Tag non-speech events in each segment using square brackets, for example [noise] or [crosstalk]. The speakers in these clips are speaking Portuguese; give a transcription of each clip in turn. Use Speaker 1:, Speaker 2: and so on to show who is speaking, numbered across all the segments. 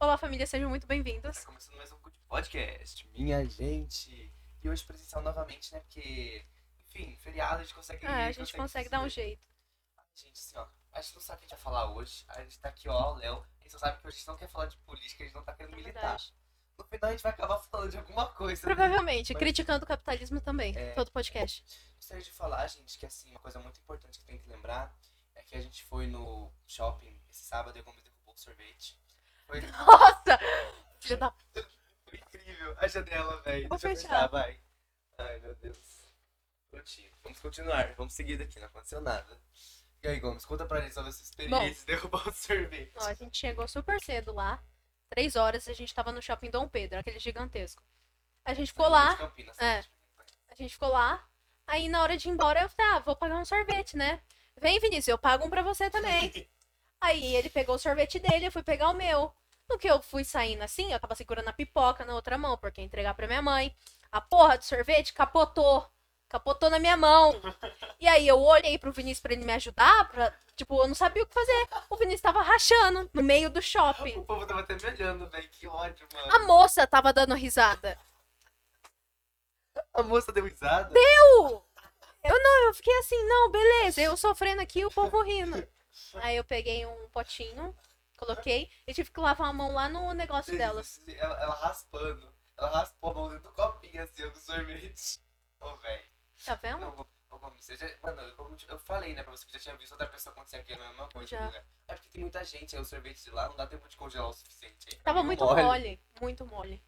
Speaker 1: Olá, família, sejam muito bem-vindos.
Speaker 2: Está começando mais um Good Podcast, minha gente. E hoje presencial novamente, né? Porque, enfim, feriado a gente consegue.
Speaker 1: Ah, a gente consegue dar um
Speaker 2: jeito.
Speaker 1: jeito.
Speaker 2: Gente, assim, ó. A gente não sabe o que a gente vai falar hoje. A gente tá aqui, ó, o Léo. A gente só sabe que hoje a gente não quer falar de política, a gente não tá querendo
Speaker 1: É
Speaker 2: militar.
Speaker 1: verdade.
Speaker 2: No final a gente vai acabar falando de alguma coisa. né?
Speaker 1: Provavelmente,
Speaker 2: Mas-
Speaker 1: criticando o capitalismo também,
Speaker 2: É.
Speaker 1: todo podcast.
Speaker 2: [laughs] Gostaria de falar, gente, que assim, uma coisa muito importante que tem que lembrar é que a gente foi no shopping esse sábado e a Gomes derrubou o sorvete. Foi
Speaker 1: Nossa! Filha da...
Speaker 2: foi incrível a janela, velho.
Speaker 1: Vou
Speaker 2: Deixa eu
Speaker 1: fechar.
Speaker 2: fechar, vai. Ai, meu Deus. Prontinho. Vamos continuar, vamos seguir daqui, não aconteceu nada. E aí, Gomes, conta pra gente sobre a sua experiência de derrubar o sorvete.
Speaker 1: Ó, a gente chegou super cedo lá. Três horas, a gente tava no shopping Dom Pedro, aquele gigantesco. A gente ficou lá,
Speaker 2: De Campinas,
Speaker 1: É.
Speaker 2: tá?
Speaker 1: a gente ficou lá. Aí na hora de ir embora, eu falei, ah, vou pagar um sorvete, né? Vem, Vinícius, eu pago um pra você também. Aí ele pegou o sorvete dele, eu fui pegar o meu. No que eu fui saindo assim, eu tava segurando a pipoca na outra mão, porque ia entregar pra minha mãe. A porra do sorvete capotou. Capotou na minha mão. E aí eu olhei pro Vinícius pra ele me ajudar, pra- tipo, eu não sabia o que fazer. O Vinícius tava rachando no meio do shopping.
Speaker 2: [laughs] O povo tava até me olhando, velho. Que ódio,
Speaker 1: A
Speaker 2: mano.
Speaker 1: moça tava dando risada.
Speaker 2: A, moça deu risada.
Speaker 1: Eu! Uh, Eu não, eu fiquei assim, não, beleza, eu sofrendo aqui e o povo rindo. Aí eu peguei um potinho, coloquei e tive que lavar a mão lá no negócio
Speaker 2: Gente,
Speaker 1: dela.
Speaker 2: Ela, ela raspando. Ela raspou a mão dentro do copinho, assim, ó, do sorvete. Ô, velho.
Speaker 1: Tá vendo?
Speaker 2: Não, vou- vou comer. Você já- Mano, eu, como te- eu falei, né, pra você que já tinha visto outra pessoa acontecer aqui, não é a mesma coisa.
Speaker 1: Já.
Speaker 2: né? É porque tem muita gente, aí o sorvete de lá não dá tempo de congelar o suficiente. aí pra
Speaker 1: Tava
Speaker 2: mim,
Speaker 1: muito mole. muito mole.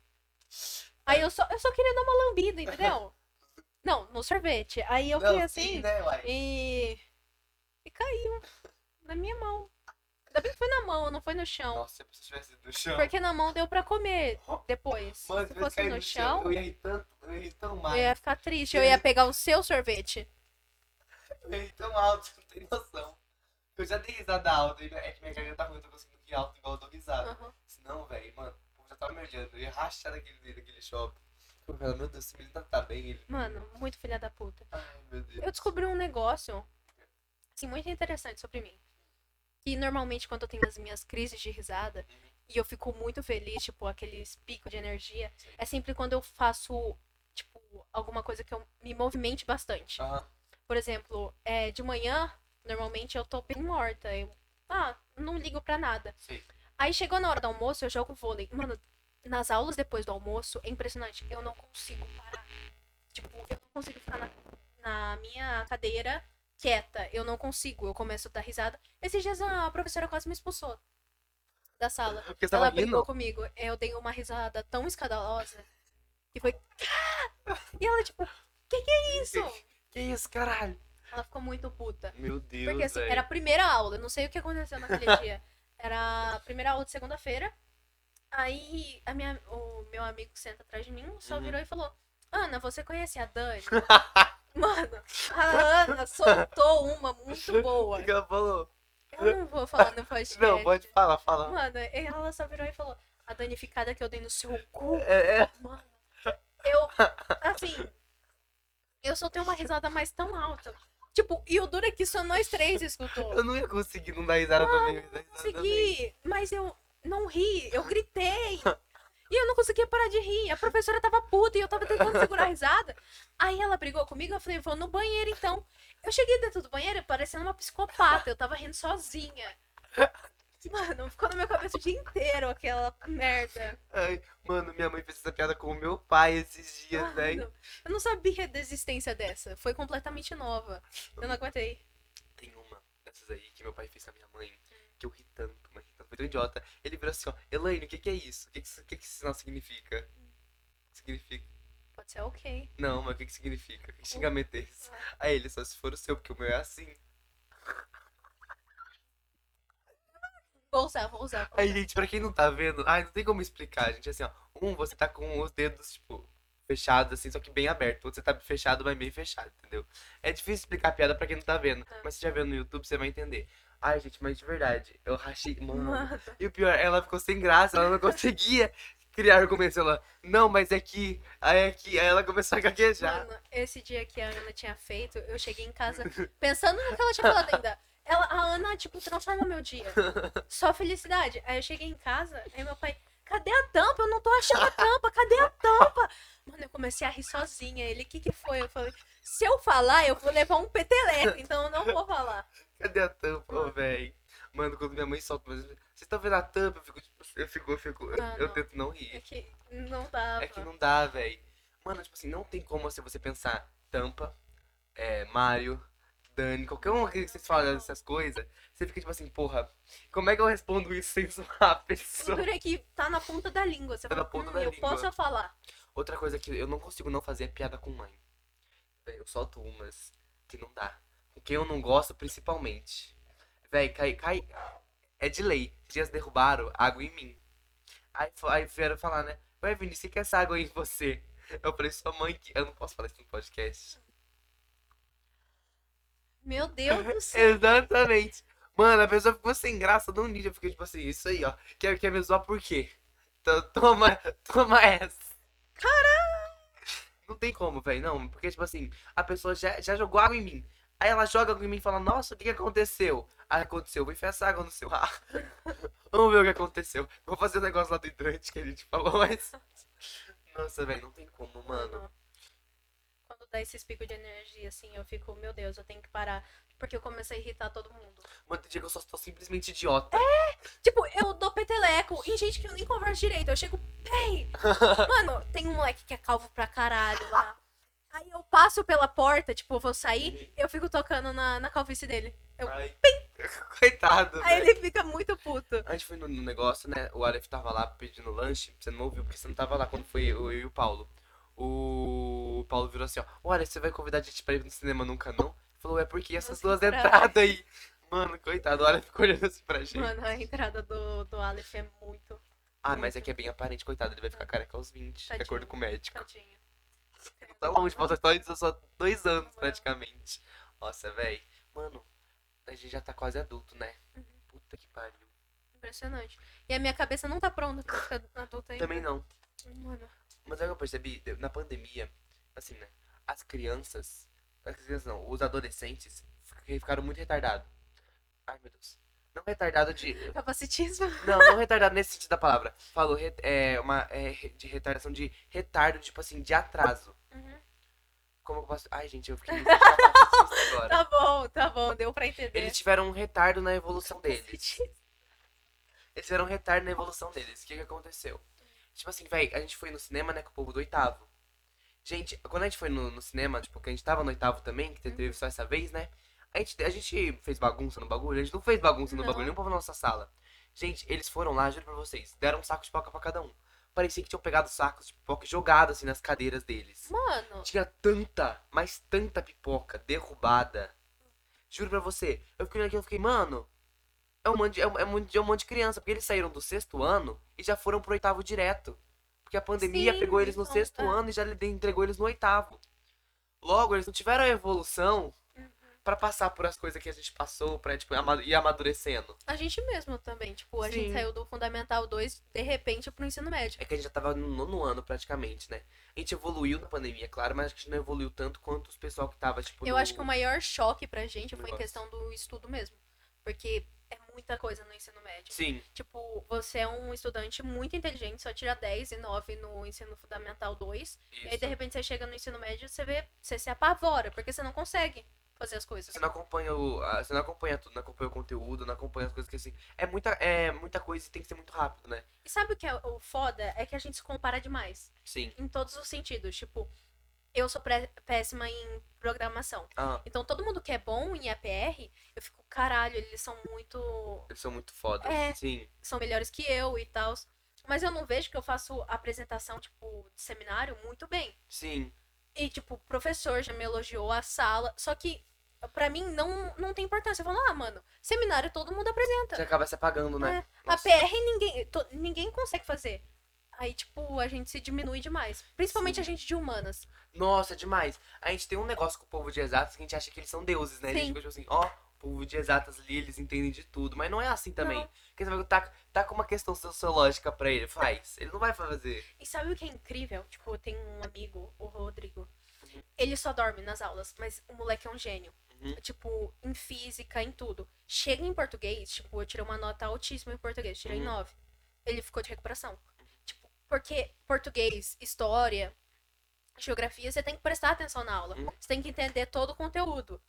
Speaker 1: Aí eu só, eu só queria dar uma lambida, entendeu? Não, no sorvete. Aí eu
Speaker 2: Não,
Speaker 1: fui
Speaker 2: sim,
Speaker 1: assim
Speaker 2: né, uai?
Speaker 1: e. E caiu na minha mão. Ainda bem que foi na mão, não foi no chão.
Speaker 2: Nossa, se a pessoa tivesse ido no chão.
Speaker 1: Porque na mão deu pra comer depois.
Speaker 2: Mano,
Speaker 1: Se
Speaker 2: tivesse
Speaker 1: fosse
Speaker 2: caído
Speaker 1: no chão, É.
Speaker 2: eu ia rir tanto, eu ia rir tão mal.
Speaker 1: eu ia ficar triste. Eu ia pegar o seu sorvete.
Speaker 2: Eu ia rir tão alto, [laughs] não tem noção. Eu já dei risada alta, é que minha garganta tá ruim, eu tô conseguindo rir alto igual eu dou risada.
Speaker 1: Aham.
Speaker 2: Senão, velho, mano, o povo já tava me olhando. Eu ia rachar daquele, daquele shopping. Eu falei, meu Deus, esse menino tá, tá bem. Ele...
Speaker 1: Mano, muito filha da puta.
Speaker 2: Ai, meu Deus.
Speaker 1: Eu descobri um negócio, assim, muito interessante sobre mim. Que normalmente quando eu tenho as minhas crises de risada
Speaker 2: Uhum.
Speaker 1: e eu fico muito feliz, tipo, aqueles picos de energia,
Speaker 2: Sim.
Speaker 1: é sempre quando eu faço, tipo, alguma coisa que eu me movimente bastante.
Speaker 2: Aham.
Speaker 1: Por exemplo, é, de manhã, normalmente eu tô bem morta. Eu, ah, não ligo pra nada.
Speaker 2: Sei.
Speaker 1: Aí chegou na hora do almoço, eu jogo vôlei. Mano, nas aulas depois do almoço, é impressionante. Eu não consigo parar. Tipo, eu não consigo ficar na, na minha cadeira quieta. Eu não consigo. Eu começo a dar risada. Esses dias a professora quase me expulsou da sala.
Speaker 2: Porque você
Speaker 1: Ela
Speaker 2: tava
Speaker 1: brigou
Speaker 2: rindo?
Speaker 1: comigo. Eu dei uma risada tão escandalosa. E foi. "Ah!" E ela, tipo, que que é isso?
Speaker 2: Que isso, caralho?
Speaker 1: Ela ficou muito puta.
Speaker 2: Meu Deus,
Speaker 1: Porque assim,
Speaker 2: velho.
Speaker 1: era a primeira aula, eu não sei o que aconteceu naquele
Speaker 2: [laughs]
Speaker 1: dia. Era a primeira aula de segunda-feira. Aí a minha, o meu amigo que senta atrás de mim só
Speaker 2: Uhum.
Speaker 1: virou e falou: Ana, você conhece a
Speaker 2: [laughs]
Speaker 1: Dani? Mano, a Ana soltou uma muito
Speaker 2: O
Speaker 1: boa.
Speaker 2: que que [laughs] ela falou?
Speaker 1: Eu não vou falar no podcast.
Speaker 2: Não, pode falar, fala.
Speaker 1: Mano, ela só virou e falou: A danificada que eu dei no seu cu.
Speaker 2: É, é.
Speaker 1: Mano, eu, assim, eu soltei uma risada mais tão alta. Tipo, e o duro é que só nós três escutou.
Speaker 2: Eu não ia conseguir não dar risada também. Eu
Speaker 1: consegui, mas eu não ri, eu gritei. E eu não conseguia parar de rir. A professora tava puta e eu tava tentando segurar a risada. Aí ela brigou comigo, eu falei, vou no banheiro então. Eu cheguei dentro do banheiro parecendo uma psicopata, eu tava rindo sozinha. Mano, ficou na minha cabeça o dia inteiro aquela merda.
Speaker 2: Ai, mano, minha mãe fez essa piada com o meu pai esses dias, velho.
Speaker 1: Mano, eu não sabia da existência dessa. Foi completamente nova. Eu não aguentei.
Speaker 2: Tem uma dessas aí que meu pai fez com a minha mãe. Que eu ri tanto, mas ri tanto, foi tão idiota. Ele virou assim, ó, Elaine, o que que é isso? O que que, isso- o que que esse sinal significa? Significa.
Speaker 1: Pode ser ok.
Speaker 2: Não, mas o que que significa? Que xingamento é esse? Aí ele só se for o seu, porque o meu é assim.
Speaker 1: Vou usar, vou usar. vou
Speaker 2: Aí, gente, pra quem não tá vendo, ai, não tem como explicar, gente. Assim, ó, um, você tá com os dedos, tipo, fechados, assim, só que bem aberto. Outro, você tá fechado, mas bem fechado, entendeu? É difícil explicar a piada pra quem não tá vendo.
Speaker 1: Tá.
Speaker 2: Mas se já vendo no YouTube, você vai entender. Ai, gente, mas de verdade, eu rachei.
Speaker 1: usar.
Speaker 2: Mano.
Speaker 1: Mano,
Speaker 2: E o pior, ela ficou sem graça, ela não conseguia criar argumentos. Ela, não, mas é que. Aí é que. Aí ela começou a gaguejar.
Speaker 1: Mano, esse dia que a Ana tinha feito, eu cheguei em casa pensando no que ela tinha falado ainda. Ela, a Ana, tipo, transforma meu dia. Só felicidade. Aí eu cheguei em casa, aí meu pai, cadê a tampa? Eu não tô achando a tampa, cadê a tampa? Mano, eu comecei a rir sozinha. Ele, o que que foi? Eu falei, se eu falar, eu vou levar um peteleco, então eu não vou falar.
Speaker 2: Cadê a tampa, ô, véi? Mano, quando minha mãe solta, mas vocês estão vendo a tampa? Eu fico, tipo, eu fico, eu fico, eu,
Speaker 1: Ah,
Speaker 2: eu
Speaker 1: não.
Speaker 2: tento não
Speaker 1: É
Speaker 2: rir.
Speaker 1: que não dá.
Speaker 2: É que não dá, véi. Mano, tipo assim, não tem como assim, você pensar tampa, é, Mario, Dani, qualquer um que vocês falam dessas coisas, você fica tipo assim, porra, como é que eu respondo isso sem [laughs] zoar a pessoa?
Speaker 1: Segura aqui, tá na ponta da língua. Você
Speaker 2: Tá
Speaker 1: fala,
Speaker 2: na ponta
Speaker 1: hum,
Speaker 2: da
Speaker 1: eu
Speaker 2: língua.
Speaker 1: posso falar.
Speaker 2: Outra coisa que eu não consigo não fazer é piada com mãe. Véi, eu solto umas que não dá. Com quem eu não gosto, principalmente. Véi, cai, cai. É de lei. Dias derrubaram água em mim. Aí, fo- aí vieram falar, né? Ué, Vinícius, você quer essa água aí em você? Eu falei, sua mãe que. Eu não posso falar isso no podcast.
Speaker 1: Meu
Speaker 2: [laughs]
Speaker 1: Deus do céu.
Speaker 2: Exatamente. Mano, a pessoa ficou sem graça do nível. Eu fiquei tipo assim, isso aí, ó. Quer, quer me zoar por quê? Então toma, [laughs] toma essa. Não tem como, velho, não. Porque, tipo assim, a pessoa já, já jogou água em mim. Aí ela joga água em mim e fala, nossa, o que, que aconteceu? Aí aconteceu, vou enfiar essa água no seu ar. [laughs] Vamos ver o que aconteceu. Vou fazer o negócio lá do hidrante que a gente falou, mas... [laughs] Nossa, velho, não tem como, mano.
Speaker 1: Quando dá esses picos de energia, assim, eu fico, meu Deus, eu tenho que parar. Porque eu comecei a irritar todo mundo.
Speaker 2: Mano, tem dia que eu só estou simplesmente idiota.
Speaker 1: Tipo, eu dou peteleco em gente que eu nem converso direito. Eu chego,
Speaker 2: [laughs]
Speaker 1: bem. Mano, tem um moleque que é calvo pra caralho lá. Aí eu passo pela porta, tipo, eu vou sair, eu fico tocando na, na calvície dele. É, Eu-
Speaker 2: Ai, [laughs] coitado,
Speaker 1: Aí
Speaker 2: velho.
Speaker 1: ele fica muito puto.
Speaker 2: A gente foi no, no negócio, né? O Aleph tava lá pedindo lanche. Você não ouviu porque você não tava lá quando foi eu, eu e o Paulo. O Paulo virou assim: ó, "Ô, Aleph, você vai convidar a gente pra ir no cinema nunca não? Ele Falou, é porque
Speaker 1: Nossa,
Speaker 2: essas duas
Speaker 1: que bravo.
Speaker 2: entradas aí. Mano, coitado, o Aleph ficou olhando assim pra gente.
Speaker 1: Mano, a entrada do, do Aleph é muito
Speaker 2: ah, mas é que é bem aparente, coitado, ele vai ficar careca aos 20, de
Speaker 1: Tadinho.
Speaker 2: acordo com o médico.
Speaker 1: tadinha.
Speaker 2: Tá longe, falta só, só dois anos praticamente. Nossa, véi. Mano, a gente já tá quase adulto, né?
Speaker 1: Uhum.
Speaker 2: Puta que pariu.
Speaker 1: Impressionante. E a minha cabeça não tá pronta pra ficar adulta ainda.
Speaker 2: Também não.
Speaker 1: Mano,
Speaker 2: Mas sabe o que eu percebi? De- Na pandemia, assim, né? As crianças. As crianças não, os adolescentes fi- ficaram muito retardados. Ai, meu Deus. Não retardado de.
Speaker 1: [laughs] capacitismo.
Speaker 2: Não, não retardado nesse sentido da palavra. Falou re- é, uma, é, re- de retardação de retardo, tipo assim, de atraso.
Speaker 1: Uhum.
Speaker 2: Como que eu posso. Ai, gente, eu fiquei muito
Speaker 1: [laughs]
Speaker 2: capacitista agora.
Speaker 1: Tá bom, tá bom, deu pra entender.
Speaker 2: Eles tiveram um retardo na evolução deles. Eles tiveram um retardo na evolução deles. O que, que aconteceu? Tipo assim, véi, a gente foi no cinema, né, com o povo do oitavo. Gente, quando a gente foi no, no cinema, tipo, que a gente tava no oitavo também, que te- teve só essa vez, né? A gente, a gente fez bagunça no bagulho? A gente não fez bagunça no
Speaker 1: Não.
Speaker 2: bagulho, nem o povo na nossa sala. Gente, eles foram lá, juro pra vocês, deram um saco de pipoca pra cada um. Parecia que tinham pegado sacos de pipoca e jogado assim nas cadeiras deles.
Speaker 1: [laughs] Mano,
Speaker 2: Tinha tanta, mas tanta pipoca derrubada. Juro pra você. Eu fiquei olhando aqui, eu fiquei, mano. É um, monte de, é, um, é um monte de, é um monte de criança. Porque eles saíram do sexto ano e já foram pro oitavo direto. Porque a pandemia
Speaker 1: Sim,
Speaker 2: pegou eles no
Speaker 1: então,
Speaker 2: sexto
Speaker 1: é.
Speaker 2: ano e já lhe- entregou eles no oitavo. Logo, eles não tiveram a evolução
Speaker 1: Uhum.
Speaker 2: pra passar por as coisas que a gente passou, pra tipo, ama- ir amadurecendo.
Speaker 1: a gente mesmo também. Tipo, a
Speaker 2: Sim.
Speaker 1: gente saiu do Fundamental 2, de repente, pro ensino médio.
Speaker 2: É que a gente já tava no nono ano praticamente, né? A gente evoluiu na pandemia, claro, mas a gente não evoluiu tanto quanto os pessoal que tava, tipo.
Speaker 1: Eu
Speaker 2: no-
Speaker 1: acho que o maior choque pra gente
Speaker 2: Eu
Speaker 1: foi em
Speaker 2: gosto.
Speaker 1: questão do estudo mesmo. Porque é muita coisa no ensino médio.
Speaker 2: Sim.
Speaker 1: Tipo, você é um estudante muito inteligente, só tira 10 e 9 no ensino fundamental 2. E aí,
Speaker 2: isso.
Speaker 1: de repente, você chega no ensino médio e você vê, você se apavora, porque você não consegue fazer as coisas.
Speaker 2: Você não acompanha o. a- Você não acompanha tudo, não acompanha o conteúdo, não acompanha as coisas que assim. É muita, é muita coisa e tem que ser muito rápido, né?
Speaker 1: E sabe o que é o foda? É que a gente se compara demais.
Speaker 2: Sim.
Speaker 1: Em todos os sentidos. Tipo, eu sou pré- péssima em programação.
Speaker 2: Ah,
Speaker 1: Então todo mundo que é bom em APR, eu fico, caralho, eles são muito.
Speaker 2: eles são muito foda.
Speaker 1: É.
Speaker 2: Sim.
Speaker 1: são melhores que eu e tal. Mas eu não vejo que eu faço apresentação, tipo, de seminário muito bem.
Speaker 2: Sim.
Speaker 1: E, tipo, o professor já me elogiou a sala. Só que, pra mim, não, não tem importância. Eu falo, ah, mano, seminário todo mundo apresenta.
Speaker 2: Você acaba se apagando, né?
Speaker 1: Tá. É, A
Speaker 2: Nossa.
Speaker 1: PR ninguém, to- ninguém consegue fazer. Aí, tipo, a gente se diminui demais. Principalmente
Speaker 2: Sim.
Speaker 1: a gente de humanas.
Speaker 2: Nossa, é demais. A gente tem um negócio com o povo de exatas que a gente acha que eles são deuses, né? A gente
Speaker 1: Sim.
Speaker 2: fica tipo assim, ó, o povo de exatas ali, eles entendem de tudo. Mas não é assim também.
Speaker 1: Não.
Speaker 2: Porque você vai tá, tá com uma questão sociológica pra ele. Faz. Ele não vai fazer.
Speaker 1: E sabe o que é incrível? Tipo, eu tenho um amigo, o Rodrigo. Ele só dorme nas aulas, mas o moleque é um gênio.
Speaker 2: Uhum.
Speaker 1: Tipo, em física, em tudo. Chega em português, tipo, eu tirei uma nota altíssima em português, tirei
Speaker 2: Uhum.
Speaker 1: nove Ele ficou de recuperação. Tipo, Porque português, história, geografia, você tem que prestar atenção na aula.
Speaker 2: Uhum.
Speaker 1: Você tem que entender todo o conteúdo.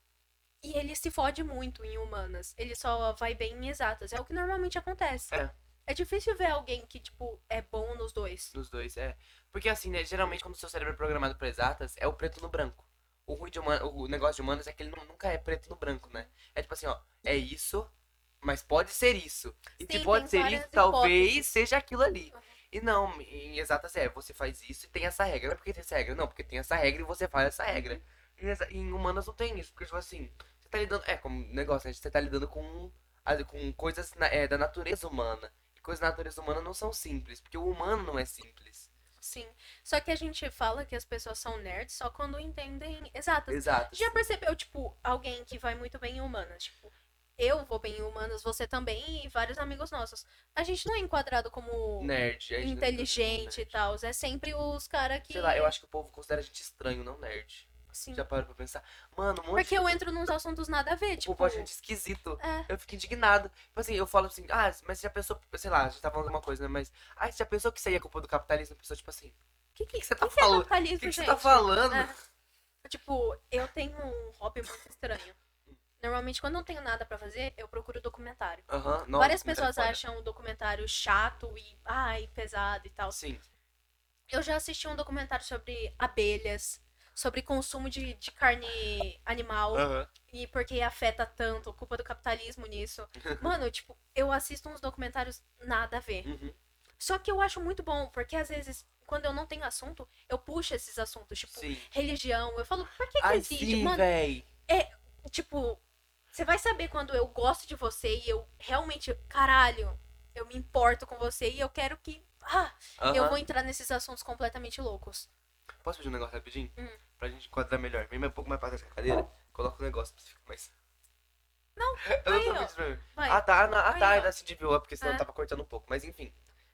Speaker 1: E ele se fode muito em humanas. Ele só vai bem em exatas. É o que normalmente acontece.
Speaker 2: É.
Speaker 1: É difícil ver alguém que, tipo, é bom nos dois.
Speaker 2: Nos dois, é. Porque assim, né? Geralmente, quando o seu cérebro é programado pra exatas, é o preto no branco. O ruim de humana, o negócio de humanas é que ele nu- nunca é preto no branco, né? É tipo assim, ó, é isso, mas pode ser isso. E
Speaker 1: Sim,
Speaker 2: se pode
Speaker 1: tem
Speaker 2: ser
Speaker 1: várias
Speaker 2: isso, talvez
Speaker 1: hipóteses.
Speaker 2: seja aquilo ali.
Speaker 1: Uhum.
Speaker 2: E não, em exatas é, você faz isso e tem essa regra. Não é porque tem essa regra, não, porque tem essa regra e você faz essa
Speaker 1: Uhum.
Speaker 2: regra. Em, exa- em humanas não tem isso, porque tipo assim, você tá lidando. É, como negócio, né? Você tá lidando com, a- com coisas na- é, da natureza humana. E coisas da natureza humana não são simples, porque o humano não é simples.
Speaker 1: Sim. Só que a gente fala que as pessoas são nerds só quando entendem exatas.
Speaker 2: Exato.
Speaker 1: Já percebeu, tipo, alguém que vai muito bem em humanas? Tipo, eu vou bem em humanas, você também e vários amigos nossos. A gente não é enquadrado como
Speaker 2: Nerd. é a gente não-
Speaker 1: inteligente e
Speaker 2: nerd.
Speaker 1: tal. É sempre os caras que.
Speaker 2: né? Sei lá, eu acho que o povo considera a gente estranho, não nerd.
Speaker 1: Sim.
Speaker 2: Já parou pra pensar? Mano, um monte
Speaker 1: Porque eu entro nos assuntos nada a ver,
Speaker 2: de
Speaker 1: tipo.
Speaker 2: povo acha a gente esquisito.
Speaker 1: É.
Speaker 2: Eu fico indignado. Tipo assim, eu falo assim, ah, mas você já pensou, sei lá, a gente tá falando alguma coisa, né? Mas, ah, você já pensou que isso aí é culpa do capitalismo? A pessoa, tipo assim,
Speaker 1: Que que,
Speaker 2: o que você tá
Speaker 1: que é
Speaker 2: falando?
Speaker 1: capitalismo,
Speaker 2: O que que você
Speaker 1: gente?
Speaker 2: tá falando?
Speaker 1: É. Tipo, eu tenho um hobby muito estranho. Normalmente, quando eu não tenho nada pra fazer, eu procuro documentário.
Speaker 2: Aham, nossa,
Speaker 1: Várias
Speaker 2: como tá
Speaker 1: pessoas
Speaker 2: foda.
Speaker 1: acham o documentário chato e, ai, pesado e tal.
Speaker 2: Sim,
Speaker 1: Eu já assisti um documentário sobre abelhas, sobre consumo de, de carne animal
Speaker 2: aham.
Speaker 1: e porque afeta tanto, culpa do capitalismo nisso. Mano, tipo, eu assisto uns documentários nada a ver.
Speaker 2: Uhum.
Speaker 1: Só que eu acho muito bom, porque às vezes, quando eu não tenho assunto, eu puxo esses assuntos, tipo,
Speaker 2: Sim.
Speaker 1: religião. Eu falo, por que, que
Speaker 2: Ai,
Speaker 1: existe?
Speaker 2: sim,
Speaker 1: Mano,
Speaker 2: véi.
Speaker 1: tipo, você vai saber quando eu gosto de você e eu realmente, caralho, eu me importo com você e eu quero que. Ah, eu
Speaker 2: Aham.
Speaker 1: vou entrar nesses assuntos completamente loucos.
Speaker 2: Posso pedir um negócio rapidinho?
Speaker 1: Hum.
Speaker 2: Pra gente enquadrar melhor. Vem mais um pouco mais pra trás da cadeira. Coloca um negócio pra você ficar mais.
Speaker 1: Não,
Speaker 2: [laughs] eu não
Speaker 1: aí,
Speaker 2: tô
Speaker 1: ó.
Speaker 2: pedindo pra mim.
Speaker 1: Vai.
Speaker 2: Ah, tá, na, ah,
Speaker 1: Aí,
Speaker 2: tá,
Speaker 1: ó.
Speaker 2: ainda se desviou, é porque senão
Speaker 1: É.
Speaker 2: eu tava cortando um pouco. Mas enfim,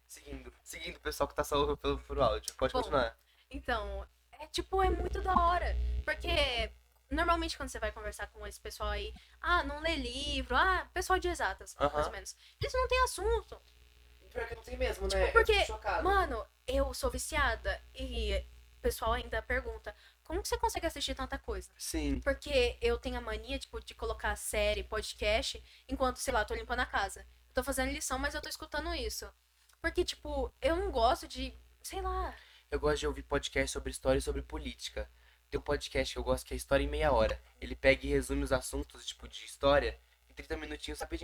Speaker 2: seguindo, seguindo o pessoal que tá só ouvindo pelo, pelo áudio. Pode
Speaker 1: Bom.
Speaker 2: continuar.
Speaker 1: Então, é tipo, é muito da hora. Porque normalmente quando você vai conversar com esse pessoal aí, ah, não lê livro, ah, pessoal de exatas,
Speaker 2: Aham.
Speaker 1: mais ou menos. Eles não têm assunto.
Speaker 2: Pior que não tem mesmo,
Speaker 1: né? Eu porque, fico
Speaker 2: chocado.
Speaker 1: Mano, eu sou viciada e o pessoal ainda pergunta, como que você consegue assistir tanta coisa?
Speaker 2: Sim.
Speaker 1: Porque eu tenho a mania, tipo, de colocar série, podcast, enquanto, sei lá, tô limpando a casa. Eu tô fazendo lição, mas eu tô escutando isso. Porque, tipo, eu não gosto de, sei lá,
Speaker 2: Eu gosto de ouvir podcast sobre história e sobre política. Tem um podcast que eu gosto que é História em Meia Hora. Ele pega e resume os assuntos, tipo, de história em 30 minutinhos rapidinho.